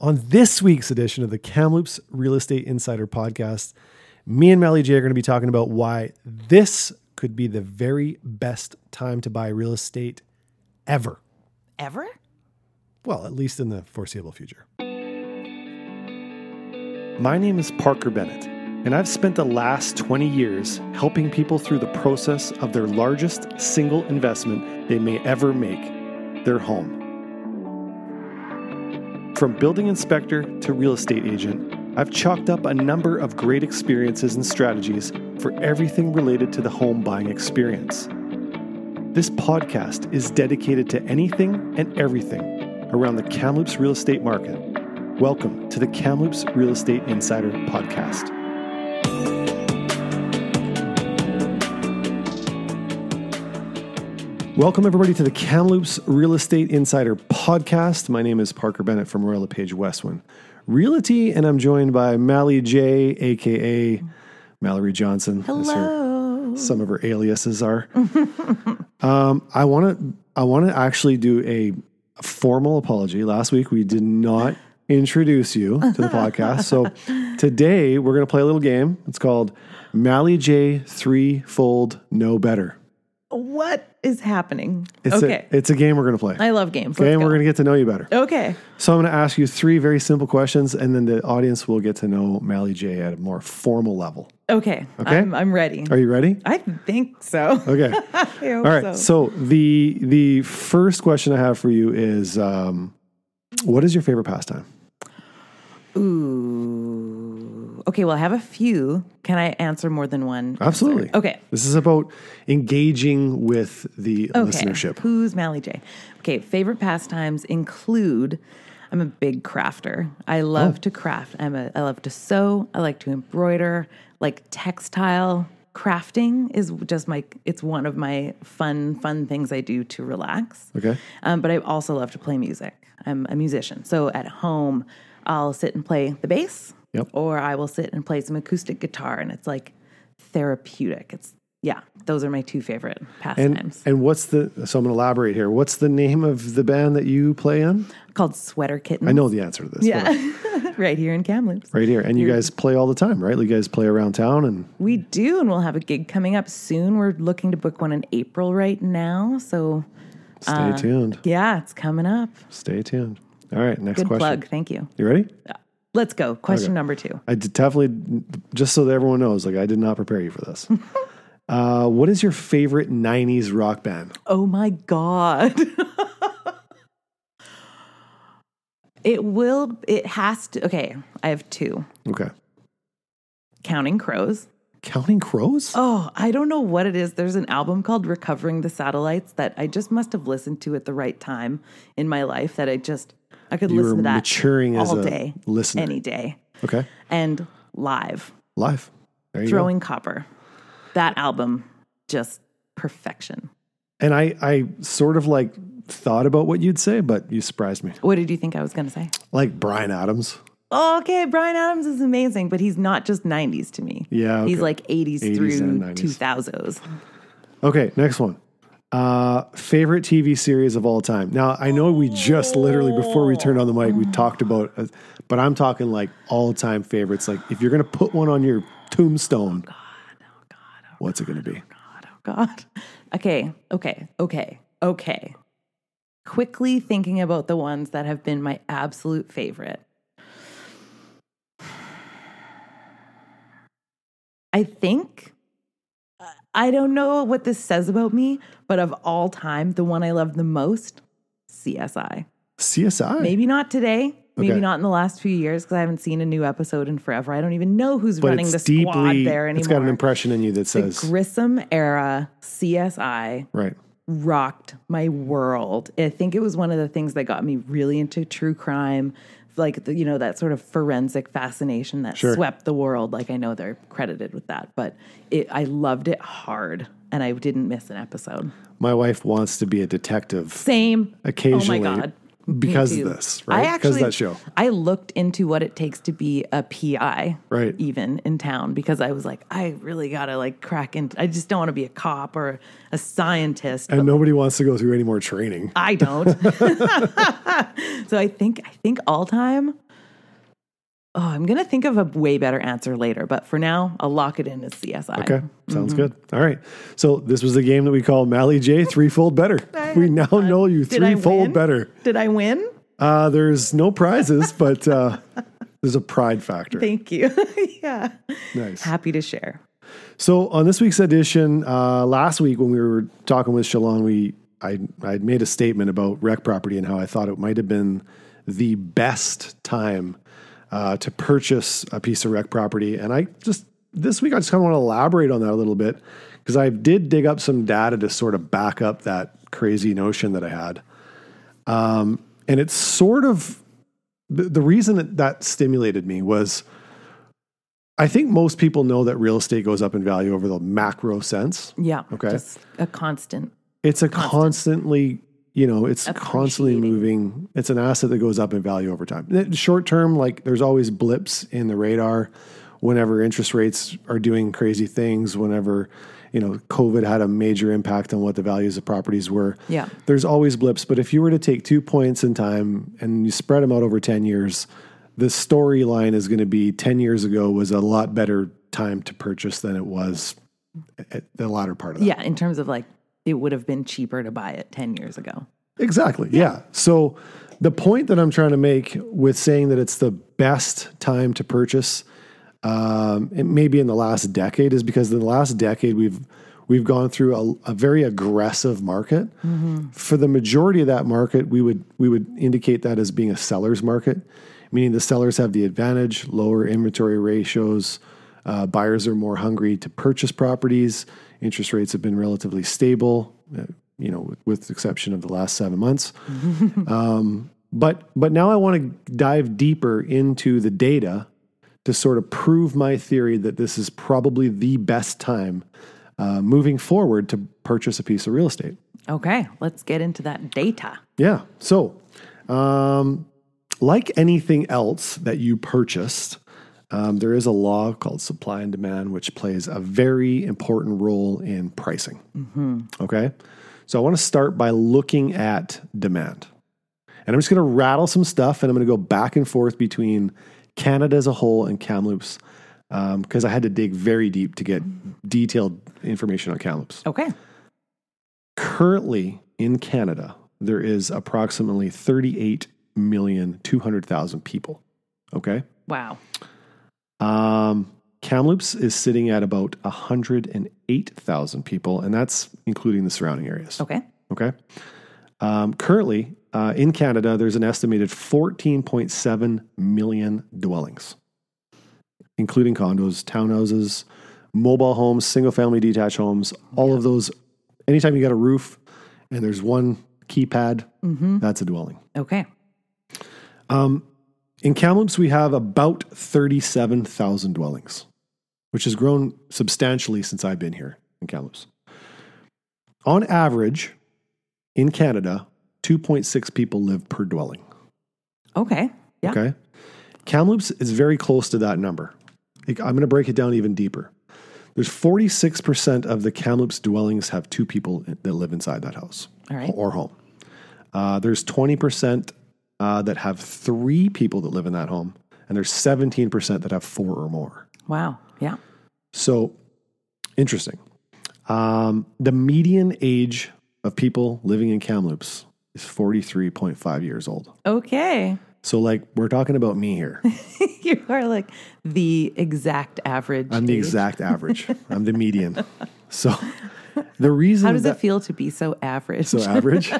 On this week's edition of the Kamloops Real Estate Insider Podcast, me and Mally J are going to be talking about why this could be the very best time to buy real estate ever. Ever? Well, at least in the foreseeable future. My name is Parker Bennett, and I've spent the last 20 years helping people through the process of their largest single investment they may ever make their home. From building inspector to real estate agent, I've chalked up a number of great experiences and strategies for everything related to the home buying experience. This podcast is dedicated to anything and everything around the Kamloops real estate market. Welcome to the Kamloops Real Estate Insider Podcast. Welcome, everybody, to the Kamloops Real Estate Insider Podcast. My name is Parker Bennett from Royal LePage Westwin Realty, and I'm joined by Mally J, aka Mallory Johnson. as her- Hello. some of her aliases are. um, I want to I want to actually do a formal apology. Last week we did not introduce you to the podcast, so today we're going to play a little game. It's called Mally J Threefold Know Better. What is happening? It's okay. a it's a game we're going to play. I love games. Okay, Let's and go. we're going to get to know you better. okay. So I'm going to ask you three very simple questions, and then the audience will get to know Mally J at a more formal level. Okay. I'm, I'm ready. Are you ready? I think so. Okay. I hope All right. So. the the first question I have for you is, um, what is your favorite pastime? Ooh. Okay. Well, I have a few. Can I answer more than one? Uh, Absolutely. Okay. This is about engaging with the Okay. listenership. Who's Mally J? Okay, favorite pastimes include I'm a big crafter. I love Oh. to craft. I'm a I love to sew. I like to embroider, like textile crafting is just my it's one of my fun fun things I do to relax. Okay. Um, but I also love to play music. I'm a musician. So at home, I'll sit and play the bass, Yep. or I will sit and play some acoustic guitar, and it's like therapeutic. It's yeah, those are my two favorite And pastimes. and what's the so I'm going to elaborate here. What's the name of the band that you play in? Called Sweater Kitten. I know the answer to this. but Yeah, right here in Kamloops. Right here. And you guys play all the time, right? You guys play around town and We do, and we'll have a gig coming up soon. We're looking to book one in April right now. So stay Uh, tuned. yeah, it's coming up. Stay tuned. All right, next Good question. plug. Thank you. You ready? Let's go. Question number two. I did definitely, just so that everyone knows, like I did not prepare you for this. uh, what is your favorite '90s rock band? Oh my God. it will, it has to. Okay, I have two Okay, Counting Crows. Counting Crows. Oh, I don't know what it is. There's an album called Recovering the Satellites that I just must have listened to at the right time in my life that I just, I could you listen were to that maturing as all a day, listener. any day, okay, and live, live. There you Throwing Copper. That album, just perfection. go. And I, I sort of like thought about what you'd say, but you surprised me. What did you think I was going to say? Like Brian Adams. Oh, okay, Brian Adams is amazing, but he's not just 90s to me. Yeah, He's okay. like 80s, 80s through and 90s. 2000s. Okay, next one. Uh, favorite TV series of all time. Now I know we just literally before we turned on the mic we Mm. talked about, uh, but I'm talking like all time favorites. Like if you're gonna put one on your tombstone, Oh, what's it gonna be? God, oh God. Okay, okay, okay, okay. Quickly thinking about the ones that have been my absolute favorite. I think, I don't know what this says about me, but of all time, the one I love the most, CSI. CSI. Maybe not today. Maybe Okay. not in the last few years because I haven't seen a new episode in forever. I don't even know who's but running it's the squad deeply. there anymore. it's got an impression in you that the says Grissom era CSI right. rocked my world. I think it was one of the things that got me really into true crime, like the, you know that sort of forensic fascination that Sure. swept the world. Like I know they're credited with that, but it, I loved it hard, and I didn't miss an episode. My wife wants to be a detective Same. occasionally Oh my god. Me because too. of this, right? I Because actually of that show. I looked into what it takes to be a PI, Right. Even in town, because I was like, I really gotta like crack into. I just don't want to be a cop or a scientist. And nobody wants to go through any more training. I don't. so I think I think all time. oh, I'm going to think of a way better answer later. But for now, I'll lock it in as CSI. Okay, sounds good. All right. So this was the game that we call Mally J threefold better. we now know you Did I threefold win? better. Did I win? Uh, there's no prizes, but uh, there's a pride factor. Thank you. yeah. nice. Happy to share. So on this week's edition, uh, last week when we were talking with Shalon, we I I had made a statement about rec property and how I thought it might have been the best time uh, to purchase a piece of rec property, and I just this week I just kind of want to elaborate on that a little bit because I did dig up some data to sort of back up that crazy notion that I had, um, and it's sort of the, the reason that that stimulated me was. I think most people know that real estate goes up in value over the macro sense. Yeah. Okay. Just a constant. It's a constantly, you know, it's constantly Appreciating. moving. It's an asset that goes up in value over time. In the Short term, like there's always blips in the radar whenever interest rates are doing crazy things, whenever, you know, COVID had a major impact on what the values of properties were. Yeah. There's always blips. But if you were to take two points in time and you spread them out over 10 years, the storyline is going to be 10 years ago was a lot better time to purchase than it was at the latter part of that. Yeah. In terms of like, it would have been cheaper to buy it 10 years ago. Exactly. Yeah. So the point that I'm trying to make with saying that it's the best time to purchase, um, it may be in the last decade, is because in the last decade we've we've gone through a, a very aggressive market. For the majority of that market, we would we would indicate that as being a seller's market, meaning the sellers have the advantage, lower inventory ratios. Uh, buyers are more hungry to purchase properties. Interest rates have been relatively stable, uh, you know, with, with the exception of the last seven months. um, but but now I want to dive deeper into the data to sort of prove my theory that this is probably the best time uh, moving forward to purchase a piece of real estate. Okay. Let's get into that data. Yeah. So, um, like anything else that you purchased, um, there is a law called supply and demand, which plays a very important role in pricing. Okay. So, I want to start by looking at demand. And I'm just going to rattle some stuff and I'm going to go back and forth between Canada as a whole and Kamloops because I had to dig very deep to get detailed information on Kamloops Okay. currently in Canada, there is approximately 38,200,000 people. Okay. Wow. Um, Kamloops is sitting at about 108,000 people, and that's including the surrounding areas. Okay. Okay. Um, currently uh, in Canada, there's an estimated 14.7 million dwellings, including condos, townhouses, mobile homes, single family detached homes, all of those. Anytime you got a roof and there's one keypad, that's a dwelling. Okay. In Kamloops, we have about 37,000 dwellings, which has grown substantially since I've been here in Kamloops. On average, in Canada, 2.6 people live per dwelling. Okay. Yeah. Okay. Kamloops is very close to that number. I'm going to break it down even deeper. There's 46% of the Kamloops dwellings have two people that live inside that house All right. or home. Uh, there's 20% uh, that have three people that live in that home, and there's 17% that have four or more. Wow. Yeah. So interesting. Um, the median age of people living in Kamloops is 43.5 years old. Okay. So, like, we're talking about me here. you are like the exact average. I'm the age. exact average. I'm the median. So the reason How does that it feel to be so average? so average.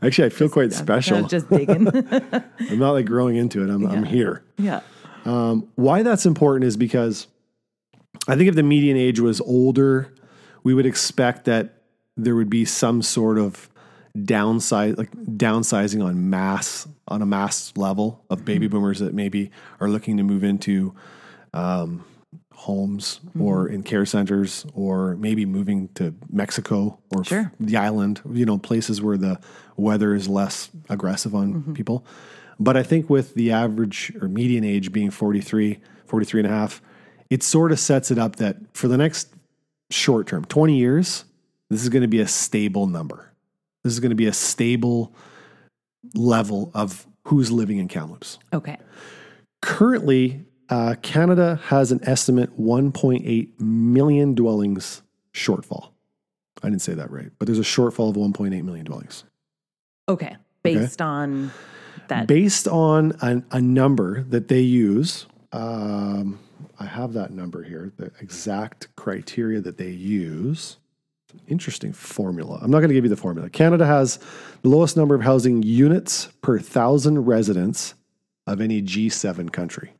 Actually, I feel quite special. No, just digging. I'm not like growing into it. I'm I'm here. yeah. Why that's important is because I think if the median age was older, we would expect that there would be some sort of downsize like downsizing on mass on a mass level of baby Mm-hmm. boomers that maybe are looking to move into homes or in care centers or maybe moving to Mexico or f- Sure. the island, you know, places where the weather is less aggressive on people. But I think with the average or median age being 43, 43 and a half, it sort of sets it up that for the next short term, 20 years, this is going to be a stable number. This is going to be a stable level of who's living in Kamloops. Okay. Currently, uh, Canada has an estimate 1.8 million dwellings shortfall. I didn't say that right, but there's a shortfall of 1.8 million dwellings. Okay. Based on that. Based on an, a number that they use, um, I have that number here, the exact criteria that they use. Interesting formula. I'm not going to give you the formula. Canada has the lowest number of housing units per thousand residents of any G7 country.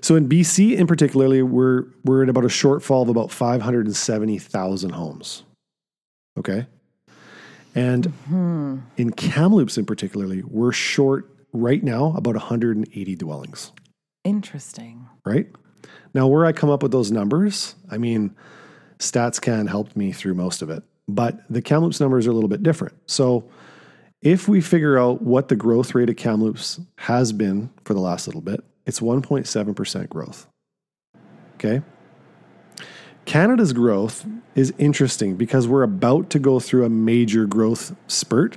So in BC, in particularly, we're we're at about a shortfall of about 570,000 homes. Okay, and in Kamloops, in particularly, we're short right now about 180 dwellings Interesting. right? Now, where I come up with those numbers, I mean, StatsCan helped me through most of it, but the Kamloops numbers are a little bit different. So, if we figure out what the growth rate of Kamloops has been for the last little bit, it's 1.7% growth. Okay. Canada's growth is interesting because we're about to go through a major growth spurt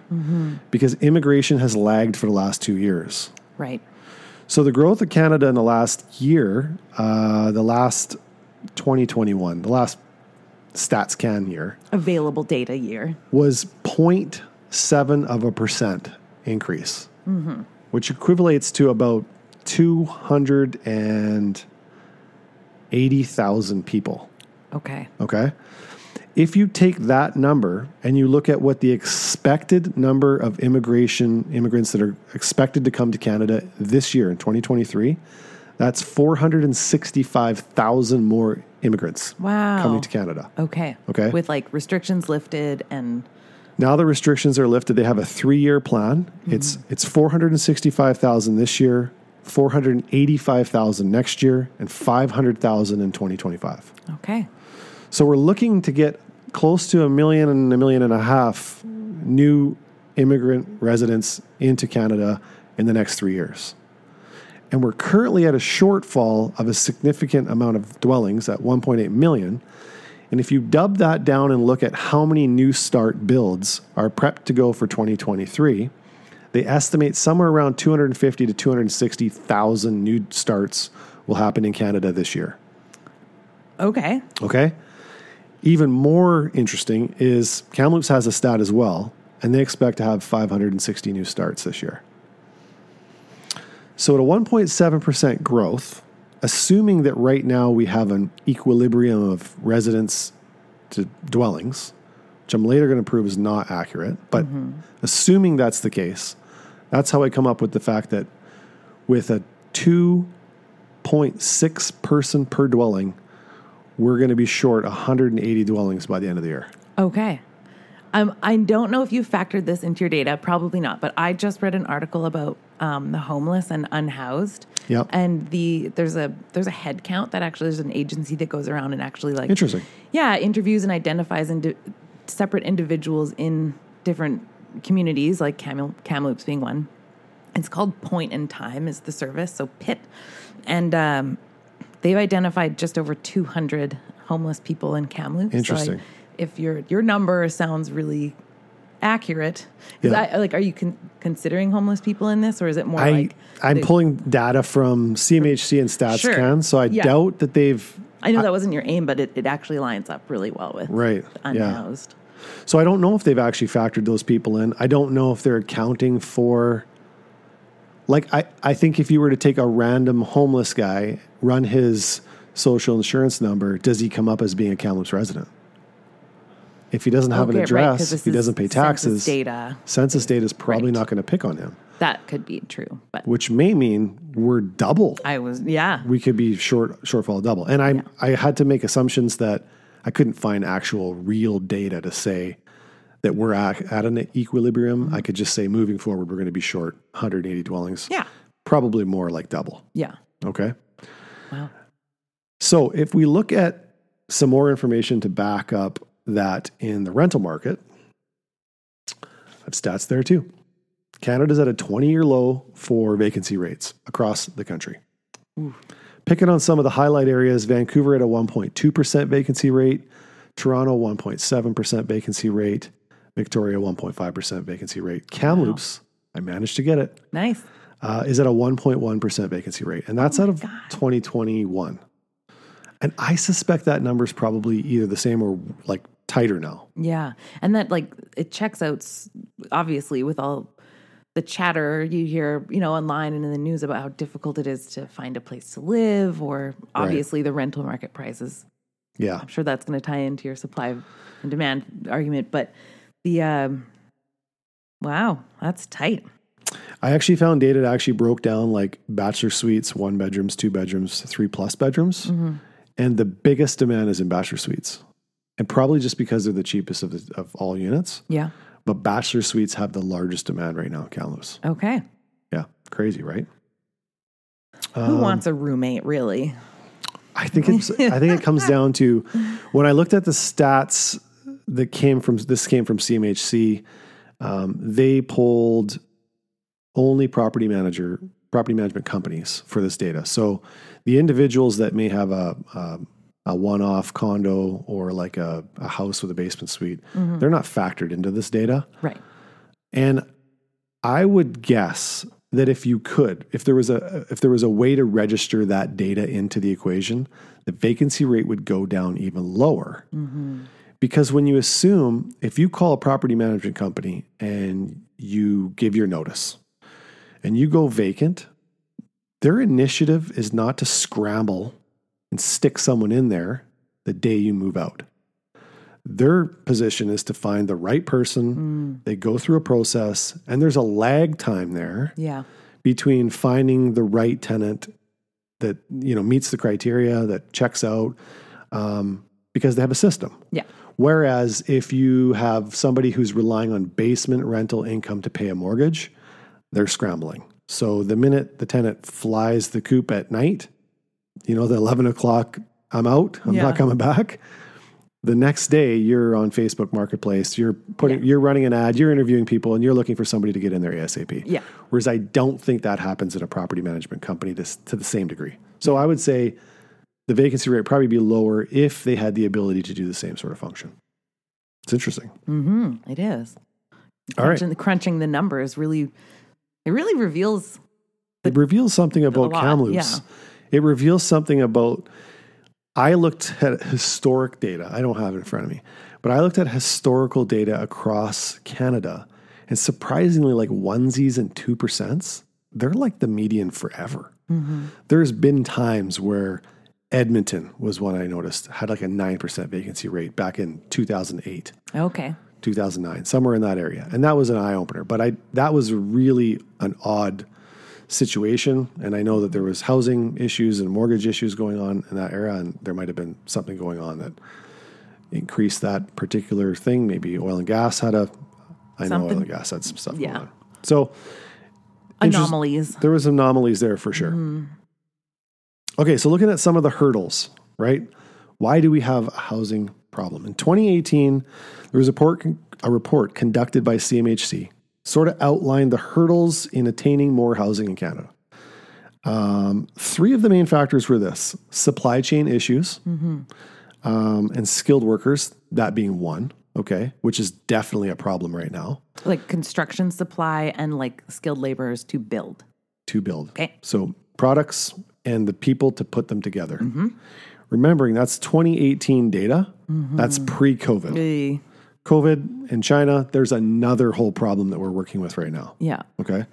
because immigration has lagged for the last two years. Right. So the growth of Canada in the last year, uh, the last 2021, the last stats can year, Available data year. was 0.7 of a percent increase, which equivalates to about 280,000 people. Okay. Okay. If you take that number and you look at what the expected number of immigration immigrants that are expected to come to Canada this year in 2023, that's 465,000 more immigrants Wow. coming to Canada. Okay. Okay. With like restrictions lifted and Now the restrictions are lifted. They have a three-year plan. It's it's 465,000 this year, 485,000 next year, and 500,000 in 2025. okay. So we're looking to get close to a million and a million and a half new immigrant residents into Canada in the next three years. And we're currently at a shortfall of a significant amount of dwellings at 1.8 million. And if you dub that down and look at how many new start builds are prepped to go for 2023, they estimate somewhere around 250 to 260,000 new starts will happen in Canada this year. Okay. Okay. Even more interesting is Kamloops has a stat as well, and they expect to have 560 new starts this year. So, at a 1.7% growth, assuming that right now we have an equilibrium of residents to dwellings, which I'm later going to prove is not accurate, but assuming that's the case, that's how I come up with the fact that with a 2.6 person per dwelling, we're going to be short 180 dwellings by the end of the year. Okay. Um, I don't know if you factored this into your data. Probably not. But I just read an article about um, the homeless and unhoused. Yep. And the there's a there's a head count that actually there's an agency that goes around and actually like Interesting. yeah interviews and identifies indi- separate individuals in different communities like Kaml- Kamloops being one. It's called Point in Time is the service, so PIT, and um, they've identified just over 200 homeless people in Kamloops. So I- Interesting. if your your number sounds really accurate, 'Cause Yeah. I, like, are you con- considering homeless people in this, or is it more I, like I'm the- pulling data from CMHC and StatsCan, Sure. so I Yeah. doubt that they've. I know that wasn't your aim, but it, it actually lines up really well with Right, the yeah. unhoused. So I don't know if they've actually factored those people in. I don't know if they're accounting for. Like, I, I think if you were to take a random homeless guy, run his social insurance number, does he come up as being a Kamloops resident? If he doesn't have an Okay, right, 'cause address, this he is doesn't pay census taxes. data. Census data is probably Right. not going to pick on him, That could be true, but which may mean we're double I was yeah. we could be short shortfall double. And I I had to make assumptions that I couldn't find actual real data to say that we're at, at an equilibrium. Mm-hmm. I could just say moving forward we're going to be short 180 dwellings. yeah, Probably more like double. yeah. Okay. Wow. So if we look at some more information to back up that in the rental market, I have stats there too. Canada's at a 20 year low for vacancy rates across the country. Picking on some of the highlight areas, Vancouver at a 1.2% vacancy rate, Toronto 1.7% vacancy rate, Victoria 1.5% vacancy rate. Kamloops, I managed to get it, Nice. uh, is at a 1.1% vacancy rate. And that's out of 2021. And I suspect that number's probably either the same or like tighter now. Yeah. And that like it checks out s- obviously with all the chatter you hear, you know, online and in the news about how difficult it is to find a place to live or obviously the rental market prices. Yeah. I'm sure that's going to tie into your supply and demand argument, but the um wow, that's tight. I actually found data that actually broke down like bachelor suites, one bedrooms, two bedrooms, three plus bedrooms. And the biggest demand is in bachelor suites. And probably just because they're the cheapest of, the, of all units. Yeah. But bachelor suites have the largest demand right now in Kamloops. Okay. Yeah. Crazy, right? Who wants a roommate really? I think it's, I think it comes down to when I looked at the stats that came from this came from CMHC. Um, they polled only property manager property management companies for this data. So the individuals that may have a a, a one off condo or like a, a house with a basement suite, they're not factored into this data. Right. And I would guess that if you could, if there was a if there was a way to register that data into the equation, the vacancy rate would go down even lower. Because when you assume, if you call a property management company and you give your notice and you go vacant, their initiative is not to scramble and stick someone in there the day you move out. Their position is to find the right person. They go through a process, and there's a lag time there Yeah. between finding the right tenant that you know meets the criteria that checks out um, because they have a system. Yeah. Whereas if you have somebody who's relying on basement rental income to pay a mortgage, they're scrambling. So the minute the tenant flies the coop at night, you know, the 11 o'clock, I'm out, I'm Yeah. not coming back. The next day, you're on Facebook Marketplace, you're putting, you're running an ad, you're interviewing people, and you're looking for somebody to get in there ASAP. Yeah. Whereas I don't think that happens in a property management company to, s- to the same degree. So I would say the vacancy rate would probably be lower if they had the ability to do the same sort of function. It's interesting. Mhm. It is. All right. crunching, crunching the numbers really it really reveals It reveals something about lot, Kamloops. It reveals something about. I looked at historic data. I don't have it in front of me, but I looked at historical data across Canada, and surprisingly, like onesies and two percents, they're like the median forever. There's been times where Edmonton was one I noticed had like a nine percent vacancy rate back in 2008. okay 2009, somewhere in that area. And that was an eye opener. But I that was really an odd situation. And I know that there was housing issues and mortgage issues going on in that era, and there might have been something going on that increased that particular thing. Maybe oil and gas had a. I know Something- oil and gas had some stuff Yeah. going on. So Interest- anomalies there was anomalies there for sure. Okay, so looking at some of the hurdles, right? Why do we have a housing problem? In 2018, there was a report, a report conducted by CMHC, sort of outlined the hurdles in attaining more housing in Canada. Um, three of the main factors were this supply chain issues um, and skilled workers, that being one, okay, which is definitely a problem right now. like construction supply and like skilled laborers to build to build. Okay. So products and the people to put them together. Remembering that's 2018 data. That's pre COVID. Eh, COVID in China, there's another whole problem that we're working with right now. yeah Okay.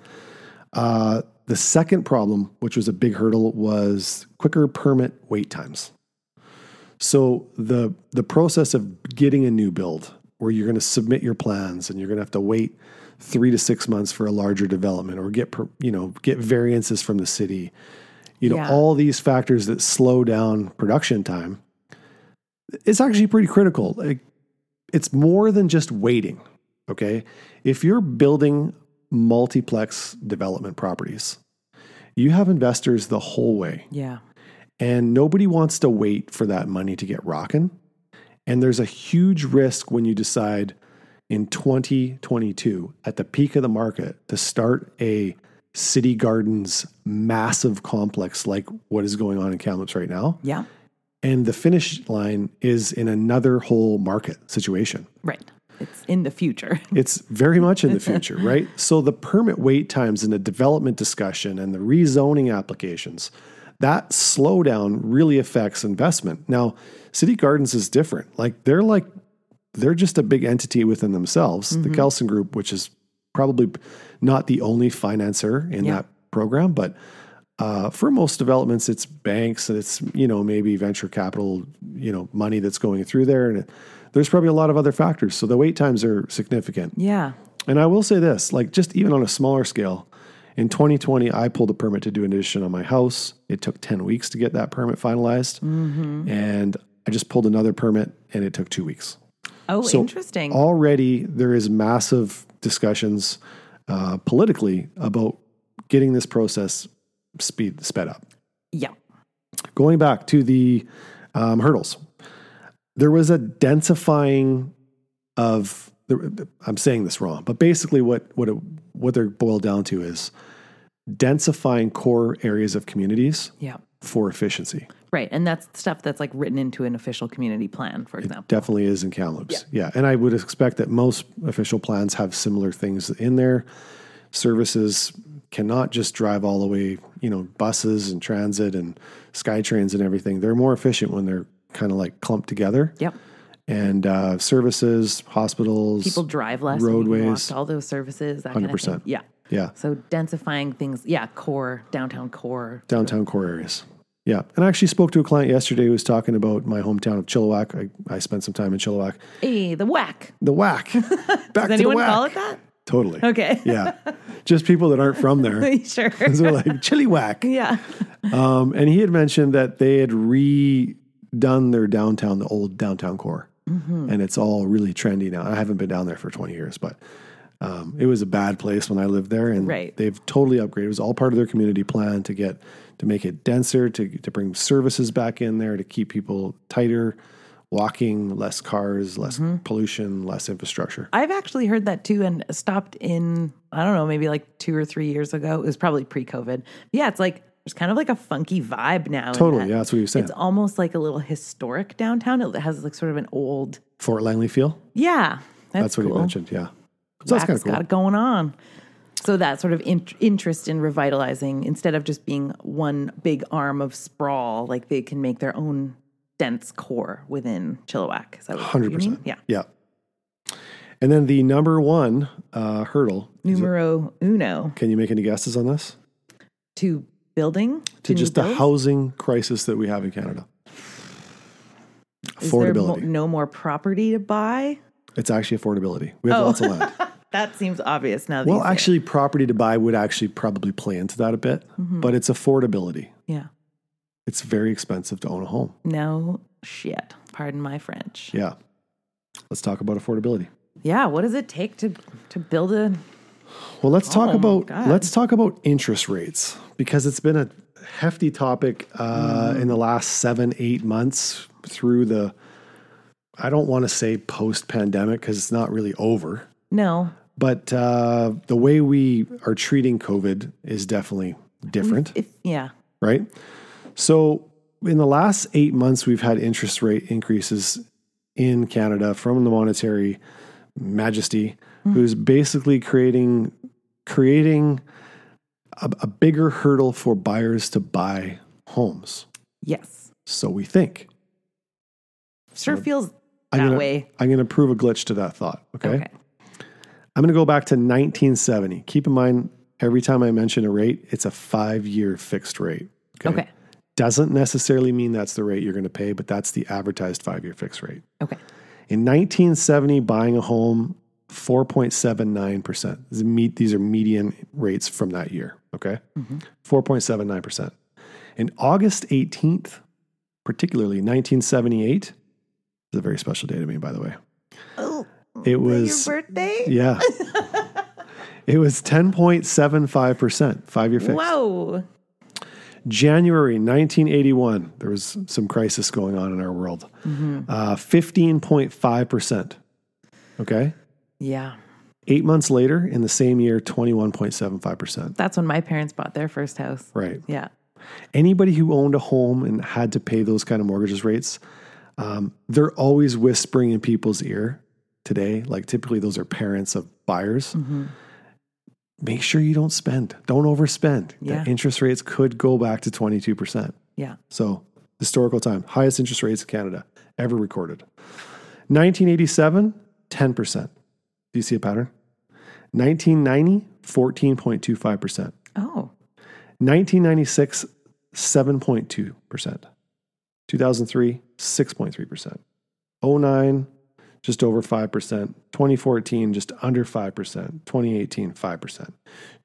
Uh, the second problem, which was a big hurdle, was quicker permit wait times. So the the process of getting a new build, where you're going to submit your plans and you're going to have to wait three to six months for a larger development, or get per, you know get variances from the city, you know Yeah. all these factors that slow down production time. It's actually pretty critical. Like, it's more than just waiting. Okay, if you're building multiplex development properties, you have investors the whole way yeah and nobody wants to wait for that money to get rocking. And there's a huge risk when you decide in 2022, at the peak of the market, to start a city gardens massive complex like what is going on in Kamloops right now. yeah And the finish line is in another whole market situation. right It's in the future. It's very much in the future, right? So the permit wait times in the development discussion and the rezoning applications, that slowdown really affects investment. Now, City Gardens is different. Like they're like they're just a big entity within themselves. The Kelson Group, which is probably not the only financer in Yeah. that program, but uh, for most developments, it's banks and it's you know maybe venture capital, you know money that's going through there, and there's probably a lot of other factors. So the wait times are significant. Yeah. And I will say this, like just even on a smaller scale, in 2020, I pulled a permit to do an addition on my house. It took 10 weeks to get that permit finalized. And I just pulled another permit and it took two weeks. Oh, So interesting. Already there is massive discussions uh, politically about getting this process speed sped up yeah. going back to the um, hurdles, there was a densifying of. The, I'm saying this wrong, but basically, what what it, what they're boiled down to is densifying core areas of communities Yeah. for efficiency. Right. And that's stuff that's like written into an official community plan, for example. Definitely is in Kamloops. Yeah. And I would expect that most official plans have similar things in there. Services cannot just drive all the way, you know, buses and transit and SkyTrains and everything. They're more efficient when they're kind of like clumped together. Yep. And uh, services, hospitals. People drive less. And you walk Roadways. to all those services. That 100%. 100%. Yeah. Yeah. So densifying things. Yeah. Core, downtown core. downtown core areas. Yeah. And I actually spoke to a client yesterday who was talking about my hometown of Chilliwack. I, I spent some time in Chilliwack. Hey, the whack. The whack. Back Does to the anyone whack. call it that? Totally. Okay. yeah. Just people that aren't from there. sure. They're like chili whack. yeah. Um, and he had mentioned that they had redone their downtown, the old downtown core, Mm-hmm. and it's all really trendy now. I haven't been down there for 20 years, but um, it was a bad place when I lived there, and Right. they've totally upgraded. It was all part of their community plan to get to make it denser, to to bring services back in there, to keep people tighter, walking, less cars, less Mm-hmm. pollution, less infrastructure. I've actually heard that too and stopped in, I don't know, maybe like two or three years ago. It was probably pre COVID. Yeah. It's like, there's kind of like a funky vibe now. in Totally, that. yeah, that's what he was saying. It's almost like a little historic downtown. It has like sort of an old. Fort Langley feel. Yeah. That's, That's what cool. he mentioned. Yeah, so that's kind Wax of cool. got it going on. So that sort of in- interest in revitalizing, instead of just being one big arm of sprawl, like they can make their own dense core within Chilliwack. Is that what Hundred you mean? percent. Yeah. Yeah. And then the number one uh, hurdle. is it- Numero uno can you make any guesses on this? to building To new just the builds? housing crisis that we have in Canada. Is there mo- Affordability. no more property to buy? it's actually affordability. We Oh. have lots of land. That seems obvious now. That well, you say it. actually, property to buy would actually probably play into that a bit, Mm-hmm. but it's affordability. yeah. It's very expensive to own a home. No shit. Pardon my French. Yeah. Let's talk about affordability. Yeah. What does it take to to build a? Well, let's talk Oh, about God. let's talk about interest rates because it's been a hefty topic uh, in the last seven eight months through the. I don't want to say post pandemic because it's not really over, No, but uh, the way we are treating COVID is definitely different, if yeah, right? So in the last eight months, we've had interest rate increases in Canada from the monetary majesty, Hmm. who's basically creating creating a, a bigger hurdle for buyers to buy homes. yes, So we think. sure feels I'm that gonna, way. I'm going to prove a glitch to that thought. uh, Okay. Okay. I'm going to go back to 1970. Keep in mind, every time I mention a rate, it's a five year fixed rate. Okay. Doesn't necessarily mean that's the rate you're going to pay, but that's the advertised five year fixed rate. Okay. In 1970, buying a home, 4.79%. These are me- These are median rates from that year. Okay. Mm-hmm. 4.79%. In August 18th, particularly 1978, is a very special day to me, by the way. Oh, It was, your birthday? yeah. it was 10.75%, five year fixed. Whoa. January 1981, there was some crisis going on in our world. Uh, 15.5%. Okay. Yeah. Eight months later, in the same year, 21.75%. That's when my parents bought their first house. Right. Yeah. Anybody who owned a home and had to pay those kind of mortgages rates, um, they're always whispering in people's ear today, like typically those are parents of buyers. Make sure you don't spend. Don't overspend. Yeah. The interest rates could go back to 22%. Yeah. So, historical time, highest interest rates in Canada ever recorded. 1987, 10%. Do you see a pattern? 1990, 14.25%. Oh, 1996, 7.2%. 2003, 6.3%. 09, just over 5%. 2014, just under 5%. 2018, 5%.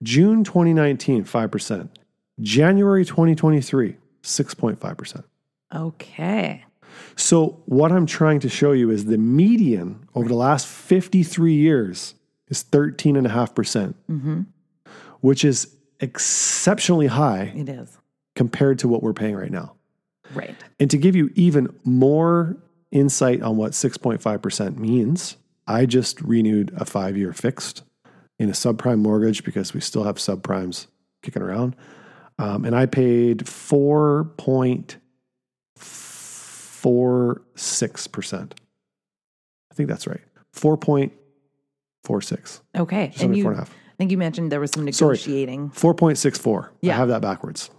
June 2019, 5%. January 2023, 6.5%. okay. So, what I'm trying to show you is the median over the last 53 years is 13.5%, percent which is exceptionally high It is. compared to what we're paying right now. Right. And to give you even more insight on what 6.5% means, I just renewed a five year fixed in a subprime mortgage because we still have subprimes kicking around. Um, and I paid 4.46%. I think that's right. 4.46. Okay. Just under you, four and a half. I think you mentioned there was some Sorry. negotiating. 4.64. Yeah. I have that backwards.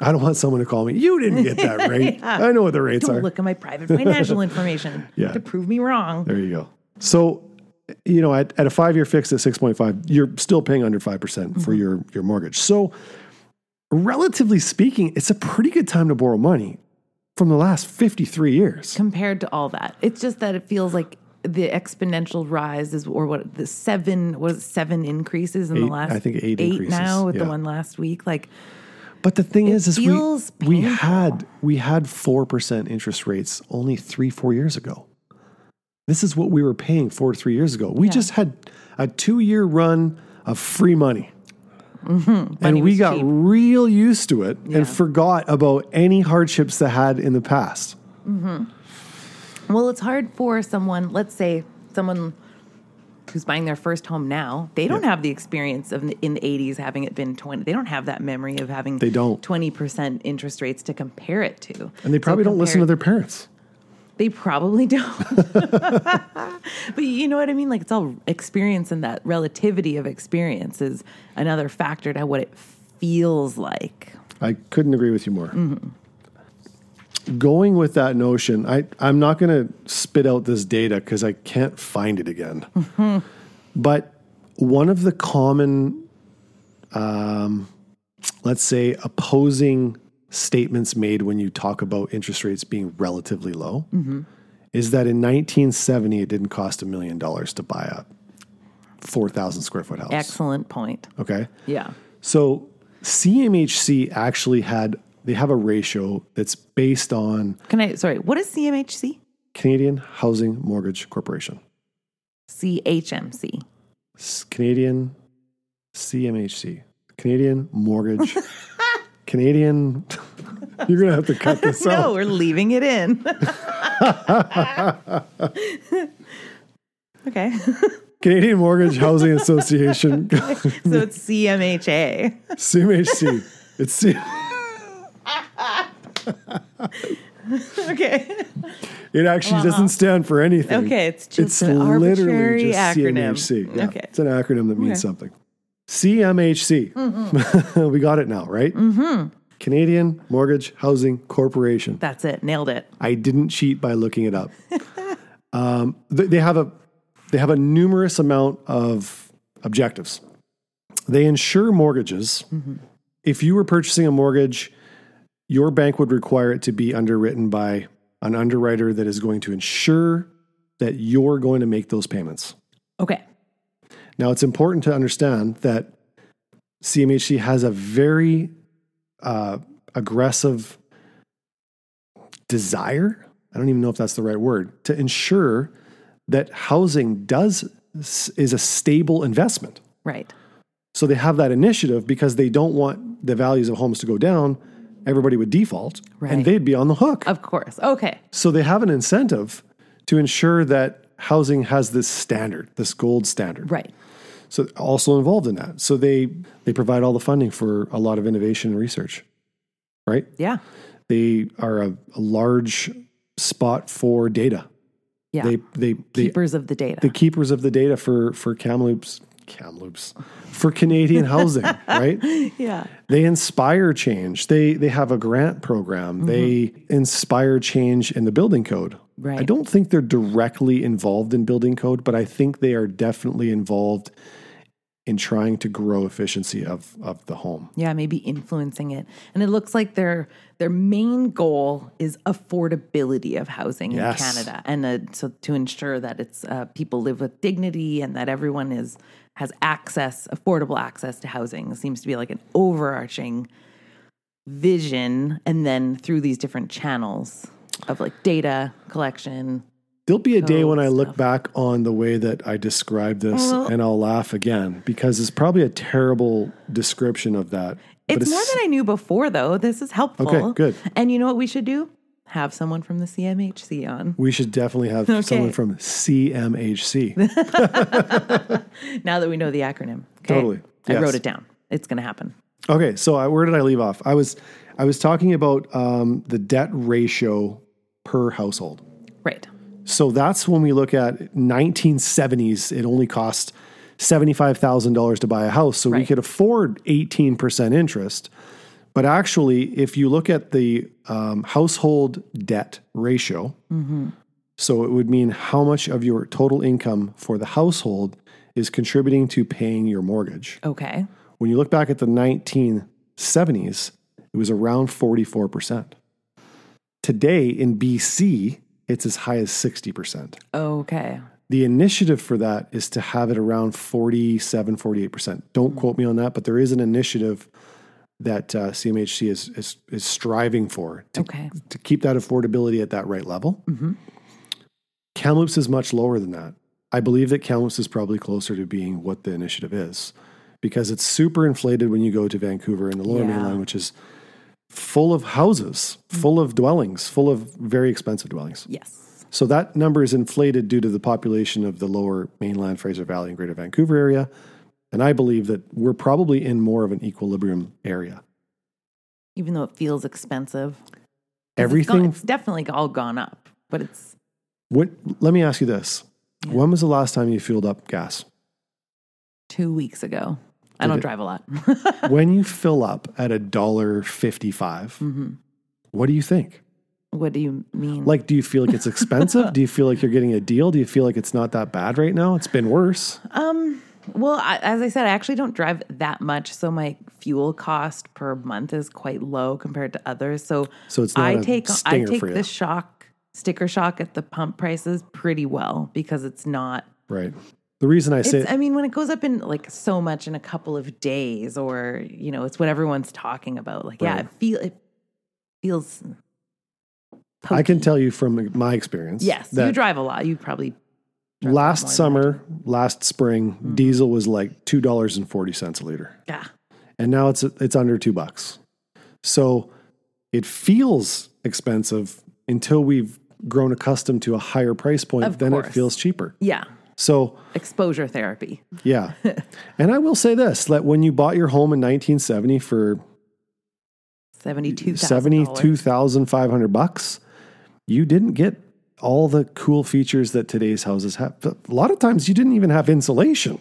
I don't want someone to call me, you didn't get that rate. I know what the rates Don't are. look at my private financial information Yeah. to prove me wrong. There you go. So, you know, at, at a five year fix at 6.5, you're still paying under 5% percent for your, your mortgage. So, relatively speaking, it's a pretty good time to borrow money from the last 53 years. compared to all that. It's just that it feels like the exponential rise is, or what the seven was it seven increases in the Eight- last. I think eight increases, now with the yeah. one last week. Like But the thing is, is feels we, we painful. had we had 4% interest rates only three, four years ago. This is what we were paying four to three years ago. We just had a two year run of free money. Mm-hmm. money and we was got cheap. real used to it and forgot about any hardships that had in the past. Well, it's hard for someone, let's say someone who's buying their first home now, they don't Yeah. have the experience of in the 80s having it been 20. They don't have that memory of having They don't. 20% interest rates to compare it to. And they probably don't listen to their parents. They probably don't. but you know what I mean? Like it's all experience and that relativity of experience is another factor to what it feels like. I couldn't agree with you more. Going with that notion, I, I'm not going to spit out this data because I can't find it again. But one of the common, um, let's say, opposing statements made when you talk about interest rates being relatively low is that in 1970, it didn't cost a million dollars to buy a 4,000 square foot house. Excellent point. Okay. Yeah. So CMHC actually had they have a ratio that's based on Can I, sorry, what is CMHC? Canadian Housing Mortgage Corporation. CHMC. S- Canadian CMHC. Canadian Mortgage. Canadian You're going to have to cut this No, out. we're leaving it in. okay. Canadian Mortgage Housing Association so it's CMHA. CMHC. It's C- okay. it actually doesn't stand for anything. Okay, it's just an arbitrary acronym. CMHC. Yeah, Okay. It's an acronym that means something. CMHC. we got it now, right? Mm-hmm. Canadian Mortgage Housing Corporation. That's it. Nailed it. I didn't cheat by looking it up. um, th- they have a they have a numerous amount of objectives. They insure mortgages. If you were purchasing a mortgage, your bank would require it to be underwritten by an underwriter that is going to ensure that you're going to make those payments. Okay. Now, it's important to understand that CMHC has a very uh, aggressive desire. I don't even know if that's the right word to ensure that housing does is a stable investment. Right. So they have that initiative because they don't want the values of homes to go down. Everybody would default, Right. and they'd be on the hook. Of course. Okay. So they have an incentive to ensure that housing has this standard, this gold standard Right. so also involved in that. So they they provide all the funding for a lot of innovation and research, right? Yeah. They are a, a large spot for data Yeah. They they they Keepers of the data. the keepers of the data for for Kamloops Kamloops for Canadian housing, right? yeah. They inspire change. They they have a grant program. Mm-hmm. They inspire change in the building code. Right. I don't think they're directly involved in building code, but I think they are definitely involved in trying to grow efficiency of of the home. Yeah, maybe influencing it. And it looks like their their main goal is affordability of housing Yes. in Canada, and uh, so to ensure that it's uh, people live with dignity and that everyone is has access, affordable access to housing. It seems to be like an overarching vision, and then through these different channels of like data collection. There'll be a day when Code I look stuff. back on the way that I described this Well- and I'll laugh again because it's probably a terrible description of that. but It's more than I knew before, though. This is helpful. Okay, good. And you know what we should do? Have someone from the CMHC on. we should definitely have someone Okay. from CMHC. Now that we know the acronym. Okay? Totally. I Yes. wrote it down. It's going to happen. Okay, so I, where did I leave off? I was I was talking about um, the debt ratio per household. Right. So that's when we look at 1970s. It only cost seventy five thousand dollars to buy a house, so we Right. could afford eighteen percent interest. But actually, if you look at the um, household debt ratio, so it would mean how much of your total income for the household is contributing to paying your mortgage Okay. when you look back at the 1970s, it was around 44%. Today in BC, it's as high as 60%. Okay. The initiative for that is to have it around 47, 48%. Don't quote me on that, but there is an initiative that uh, CMHC is, is, is striving for to, Okay. to keep that affordability at that right level. Kamloops is much lower than that. I believe that Kamloops is probably closer to being what the initiative is because it's super inflated when you go to Vancouver and the lower Yeah. mainland, which is full of houses, full of dwellings, full of very expensive dwellings. Yes. So that number is inflated due to the population of the lower mainland Fraser Valley and greater Vancouver area. And I believe that we're probably in more of an equilibrium area. Even though it feels expensive. 'Cause Everything It's, gone, it's definitely all gone up, but it's What, let me ask you this. When was the last time you fueled up gas? two weeks ago. I don't it- drive a lot. when you fill up at a dollar 55 Mm-hmm. what do you think? what do you mean? Like, do you feel like it's expensive? do you feel like you're getting a deal? Do you feel like it's not that bad right now? It's been worse. Um, well, I, as I said, I actually don't drive that much, so my fuel cost per month is quite low compared to others. So, So it's not I a take I stinger take for you. the shock sticker shock at the pump prices pretty well because it's not. Right. The reason I say It's, I mean, when it goes up in like so much in a couple of days, or you know, it's what everyone's talking about. Like, yeah, Right. it feel it feels. I can tell you from my experience. Yes, you that drive a lot. You probably last summer, last spring, Mm-hmm. diesel was like $2.40 a liter. yeah. and now it's it's under two bucks. So it feels expensive until we've grown accustomed to a higher price point. Of then it course. feels cheaper. Yeah, So exposure therapy. yeah, and I will say this: that when you bought your home in 1970 for Seventy-two thousand. seventy-two thousand five hundred bucks, you didn't get all the cool features that today's houses have. A lot of times, you didn't even have insulation.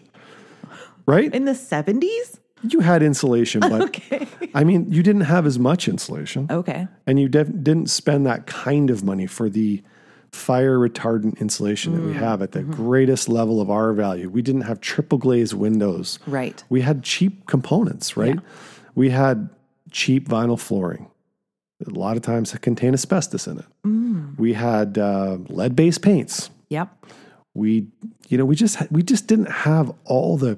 Right? in the seventies. You had insulation, but Okay. I mean, you didn't have as much insulation. Okay. and you def- didn't spend that kind of money for the fire retardant insulation that we have at the greatest level of our value. We didn't have triple glazed windows. Right. We had cheap components, right? We had cheap vinyl flooring. A lot of times it contained asbestos in it. We had uh, lead based paints. Yep. We, you know, we just ha- we just didn't have all the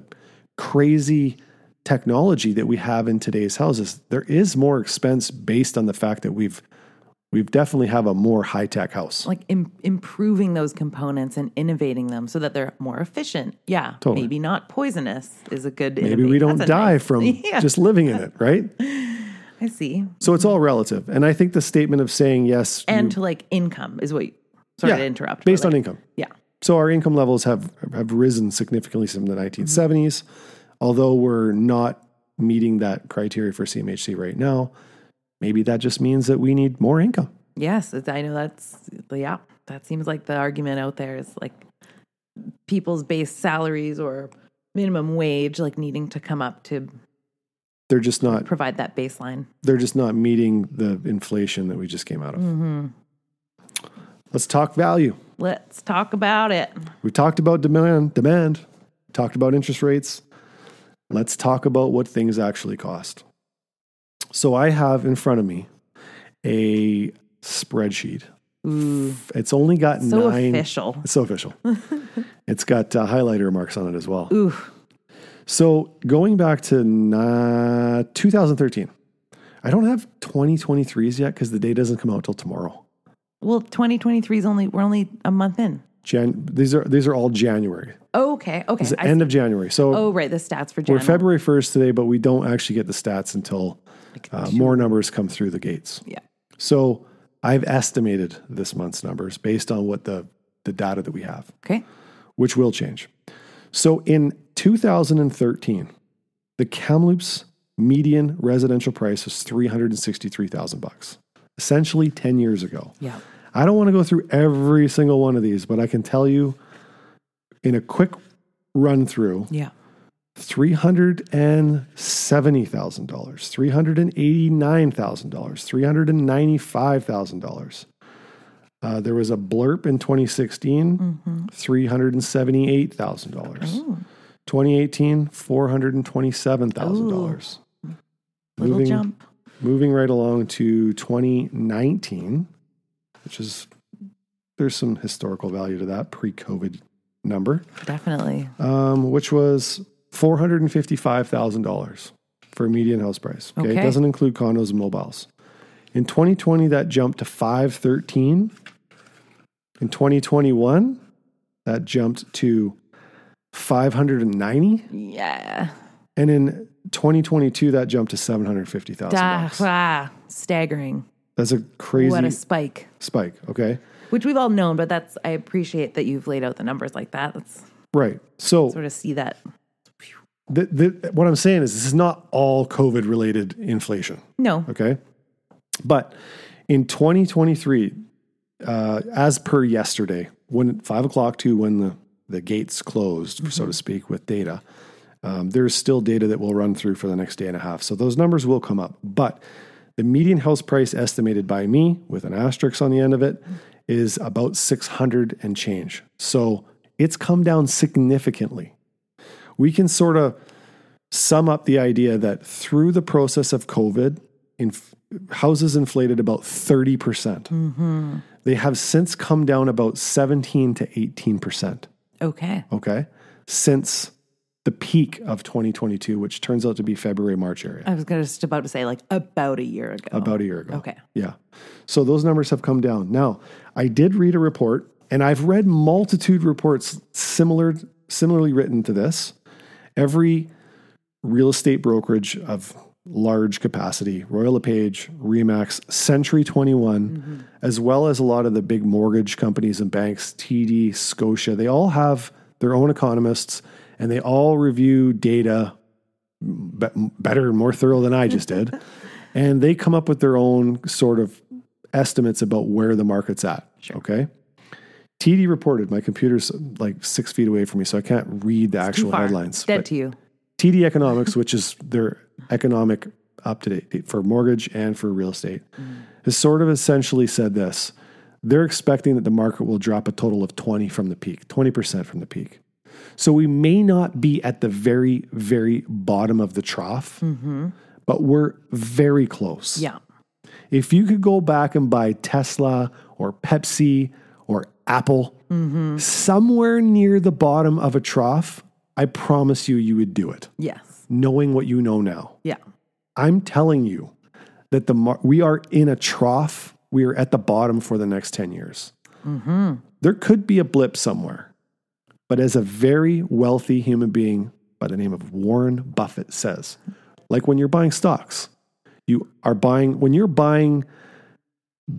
crazy technology that we have in today's houses. There is more expense based on the fact that we've we've definitely have a more high tech house. Like Im- improving those components and innovating them so that they're more efficient. Yeah. Totally. Maybe not poisonous is a good. Maybe we don't die from Yeah. just living in it, right? I see. So it's all relative. And I think the statement of saying yes, And to like income is what. You, sorry yeah, to interrupt. but based on like- income. Yeah. So our income levels have have risen significantly since the 1970s, although we're not meeting that criteria for CMHC right now. Maybe that just means that we need more income. Yes, it's, I know that's yeah. That seems like the argument out there is like people's base salaries or minimum wage like needing to come up to They're just not provide that baseline. they're just not meeting the inflation that we just came out of. Let's talk value. Let's talk about it. We talked about demand, demand, talked about interest rates. Let's talk about what things actually cost. So I have in front of me a spreadsheet. It's only got So nine. official. It's so official. it's got uh, highlighter marks on it as well. Ooh. So going back to na- 2013, I don't have 2023s yet because the day doesn't come out till tomorrow. Well, 2023 is only we're only a month in. Jan- these are these are all January, Okay, okay. I, end of January. So oh, right, the stats for we're January. February 1st today, but we don't actually get the stats until uh, more numbers come through the gates. yeah. So I've estimated this month's numbers based on what the the data that we have. Okay. which will change. So in 2013, the Kamloops median residential price was 363,000 bucks. Essentially 10 years ago. Yeah. I don't want to go through every single one of these, but I can tell you in a quick run through, Yeah. $370,000, $389,000, $395,000. Uh, there was a blurb in 2016, Mm-hmm. $378,000. 2018, $427,000. Little Moving- jump. Moving right along to 2019, which is there's some historical value to that pre COVID number Definitely. um, which was four hundred and fifty-five thousand dollars for a median house price. Okay? Okay. it doesn't include condos and mobiles. In 2020, that jumped to five thirteen. In 2021, that jumped to five hundred and ninety, Yeah. and in 2022, that jumped to seven hundred fifty thousand Ah, dollars. ah, staggering. That's a crazy What a spike. spike. Okay, Which we've all known, but that's I appreciate that you've laid out the numbers like that. Let's right. So sort of see that. th- th- what I'm saying is, this is not all COVID related inflation. No. Okay. But in 2023, uh, as per yesterday, when five o'clock to when the, the gates closed, so to speak, with data, um, there's still data that we'll run through for the next day and a half. So those numbers will come up. But the median house price estimated by me with an asterisk on the end of it is about 600 and change. So it's come down significantly. We can sort of sum up the idea that through the process of COVID, inf- houses inflated about 30%. percent They have since come down about 17 to 18%. Okay. Okay. Since the peak of 2022, which turns out to be February, March area, I was gonna just about to say like about a year ago. about a year ago. Oh, Okay. Yeah. So those numbers have come down. Now, I did read a report and I've read multitude reports similar similarly written to this. Every real estate brokerage of large capacity, Royal LePage, Remax, Century 21, as well as a lot of the big mortgage companies and banks, TD, Scotia, they all have their own economists and they all review data be- better and more thorough than I just did. and they come up with their own sort of estimates about where the market's at. Okay. TD reported, my computer's like six feet away from me, so I can't read the Too actual far. headlines. Dead but- to you. TD Economics, which is their economic up to date for mortgage and for real estate, has sort of essentially said this. They're expecting that the market will drop a total of 20 from the peak, 20% from the peak. So we may not be at the very, very bottom of the trough, but we're very close. Yeah. If you could go back and buy Tesla or Pepsi or Apple somewhere near the bottom of a trough, I promise you, you would do it Yes. knowing what you know now. Yeah. I'm telling you that the mar- we are in a trough. We are at the bottom for the next 10 years. There could be a blip somewhere. But as a very wealthy human being by the name of Warren Buffett says, like when you're buying stocks, you are buying, when you're buying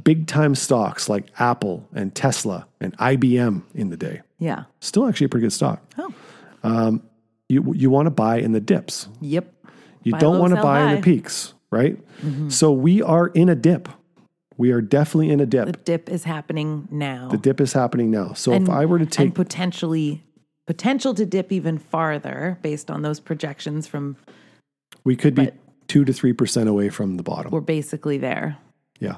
big time stocks like Apple and Tesla and IBM in the day, Yeah. still actually a pretty good stock. Um, Oh. You, you want to buy in the dips. Yep. You Buy don't low, want to sell Mm-hmm. buy in high. the peaks, right? So we are in a dip. We are definitely in a dip. The dip is happening now. The dip is happening now. So if I were to take and potentially potential to dip even farther based on those projections from We could be two to three percent away from the bottom. we're basically there. Yeah,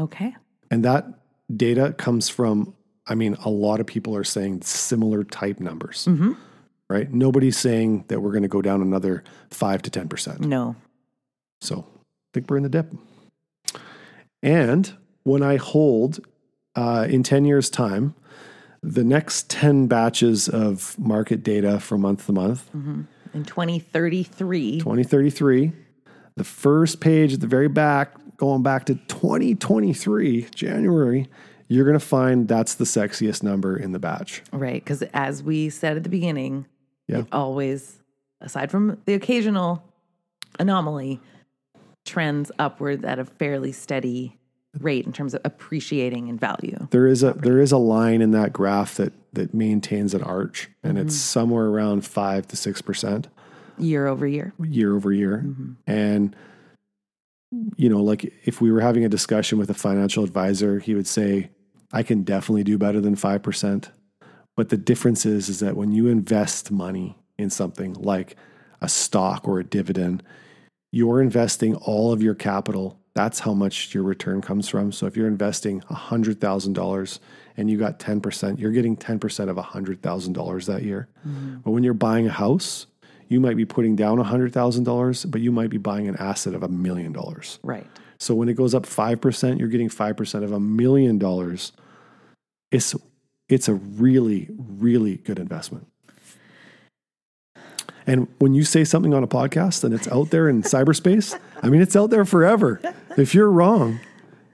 Okay. and that data comes from. I mean, a lot of people are saying similar type numbers, Mm-hmm. right? Nobody's saying that we're going to go down another five to ten percent. No. So, I think we're in the dip. And when I hold uh, in ten years' time, the next ten batches of market data from month to month, In 2033, 2033. The first page at the very back, going back to 2023, January, you're going to find that's the sexiest number in the batch. right? Because as we said at the beginning, Yeah. it always, aside from the occasional anomaly, trends upwards at a fairly steady rate in terms of appreciating in value. There is a there is a line in that graph that that maintains an arch and it's somewhere around 5 to 6% year over year. year over year. And you know, like if we were having a discussion with a financial advisor, he would say, I can definitely do better than 5%. But the difference is, is that when you invest money in something like a stock or a dividend, you're investing all of your capital. That's how much your return comes from. So if you're investing $100,000 and you got 10%, you're getting 10% of $100,000 that year. But when you're buying a house, you might be putting down $100,000, but you might be buying an asset of a million dollars. Right. So when it goes up 5%, you're getting 5% of a million dollars. It's it's a really really good investment. And when you say something on a podcast and it's out there in cyberspace, I mean it's out there forever. If you're wrong,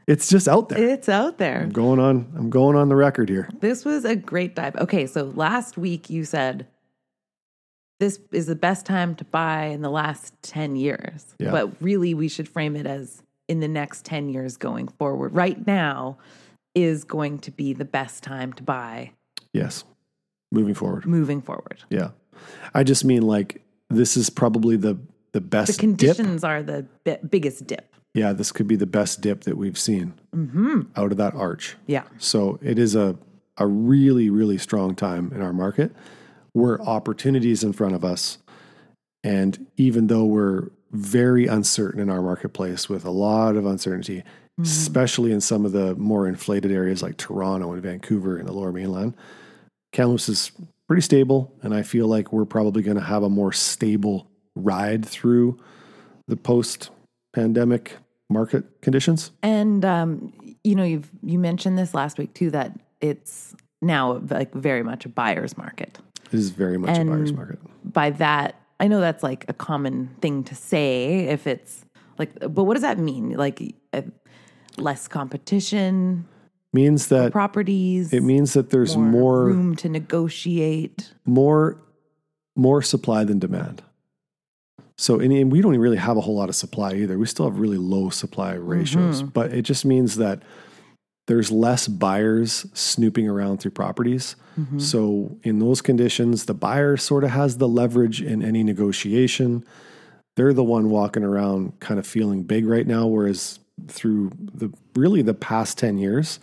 it's just out there. It's out there. I'm going on I'm going on the record here. This was a great dive. Okay, so last week you said this is the best time to buy in the last 10 years. Yeah. But really, we should frame it as in the next 10 years going forward. Right now is going to be the best time to buy Yes. Moving forward. moving forward. Yeah. I just mean like this is probably the the The best dip conditions are the bi- biggest dip. yeah, this could be the best dip that we've seen out of that arch. Yeah. So it is a, a really, really strong time in our market where opportunities in front of us. And even though we're very uncertain in our marketplace with a lot of uncertainty, especially in some of the more inflated areas like Toronto and Vancouver and the lower mainland, Kamloops is pretty stable. And I feel like we're probably going to have a more stable ride through the post pandemic market conditions. And um, you know, you've you mentioned this last week too that it's now like very much a buyer's market. It is very much And- a buyer's market. by that i know that's like a common thing to say if it's like but what does that mean like uh, less competition Means that properties it means that there's more more, room to negotiate more supply than demand. So and, and we don't really have a whole lot of supply either. We still have really low supply ratios, but it just means that there's less buyers snooping around through properties. So in those conditions, the buyer sort of has the leverage in any negotiation. They're the one walking around kind of feeling big right now whereas through the really the past 10 years,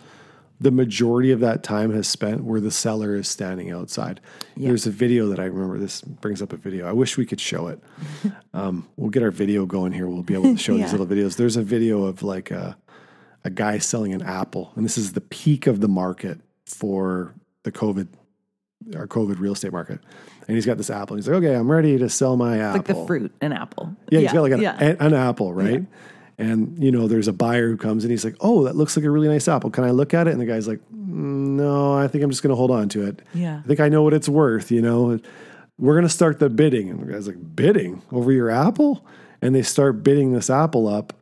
the majority of that time has spent where the seller is standing outside. There's a video that I remember. This brings up a video. I wish we could show it. um, we'll get our video going here. We'll be able to show these little videos. There's a video of like a, a guy selling an apple, and this is the peak of the market for the COVID, our COVID real estate market. And he's got this apple. And he's like, okay, I'm ready to sell my apple. like the fruit an apple Yeah, he's got like an, yeah. an, an apple, right? And you know, there's a buyer who comes in. He's like, "Oh, that looks like a really nice apple. Can I look at it?" And the guy's like, "Mm, "No, I think I'm just going to hold on to it. Yeah. I think I know what it's worth. You know, we're going to start the bidding." And the guy's like, "Bidding over your apple?" And they start bidding this apple up,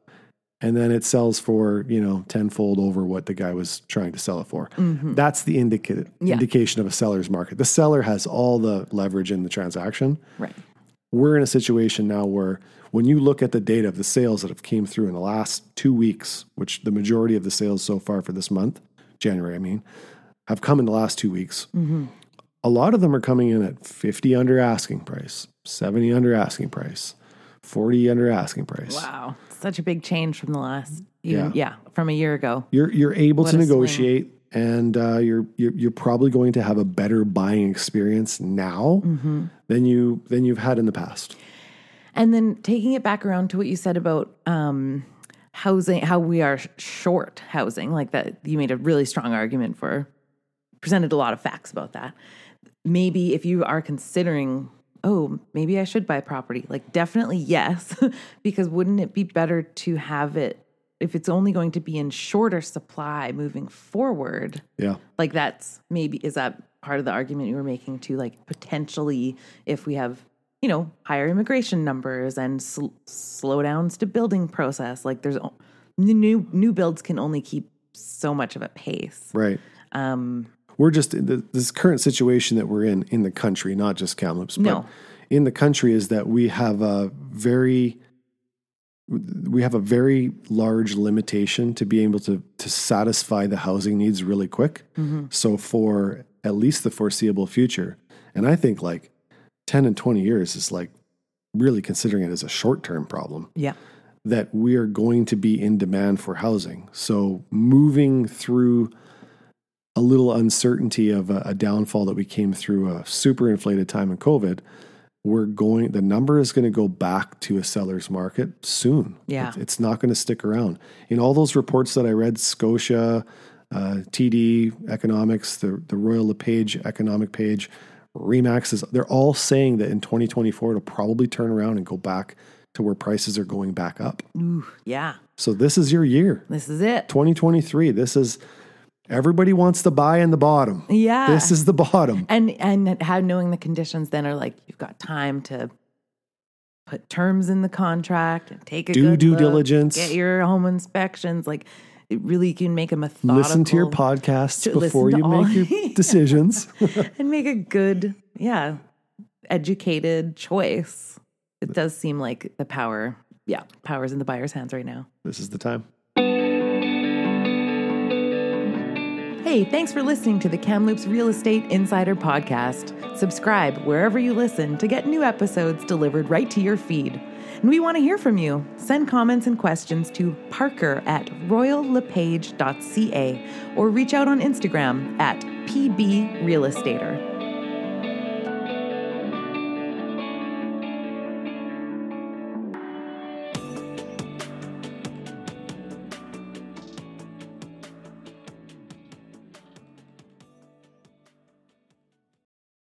and then it sells for you know tenfold over what the guy was trying to sell it for. That's the indica- Mm-hmm. Yeah. indication of a seller's market. The seller has all the leverage in the transaction right we're in a situation now where when you look at the data of the sales that have came through in the last two weeks, which the majority of the sales so far for this month, January, I mean, have come in the last two weeks, a lot of them are coming in at 50 under asking price, 70 under asking price, 40 under asking price. wow such a big change from the last Even- yeah. From a year ago. You're you're able to a sling. negotiate, and uh, you're, you're you're probably going to have a better buying experience now than you than you've had in the past. And then taking it back around to what you said about um, housing, how we are sh- short housing, like that you made a really strong argument for, presented a lot of facts about that. Maybe if you are considering, oh, maybe I should buy property, like definitely yes, because wouldn't it be better to have it if it's only going to be in shorter supply moving forward? Yeah, like that's maybe is that part of the argument you were making too like potentially if we have you know higher immigration numbers and sl- slowdowns to building process like there's o- n- new new builds can only keep so much of a pace right. um We're just the, this current situation that we're in in the country, not just Kamloops, but No. in the country, is that we have a very we have a very large limitation to be able to to satisfy the housing needs really quick. So for at least the foreseeable future, and I think like ten and twenty years is like really considering it as a short term problem yeah that we are going to be in demand for housing. So moving through a little uncertainty of a, a downfall that we came through a super inflated time in COVID, we're going the number is going to go back to a seller's market soon. Yeah. It's, it's not going to stick around. In all those reports that I read, Scotia, uh, TD Economics, the the Royal LePage economic page, Remax is they're all saying that in 2024 it'll probably turn around and go back to where prices are going back up. Ooh, yeah So this is your year. this is it 2023. This is everybody wants to buy in the bottom. yeah This is the bottom. and and how knowing the conditions then are like you've got time to put terms in the contract and take a Do good due look, diligence. get your home inspections like it really can make a methodical Listen to your podcasts To listen before to you all- make your decisions. and make a good yeah educated choice it does seem like the power yeah power's in the buyer's hands right now this is the time. Hey, thanks for listening to the Kamloops Real Estate Insider Podcast. Subscribe wherever you listen to get new episodes delivered right to your feed. And we want to hear from you. Send comments and questions to parker at royallepage.ca or reach out on Instagram at pbrealestater.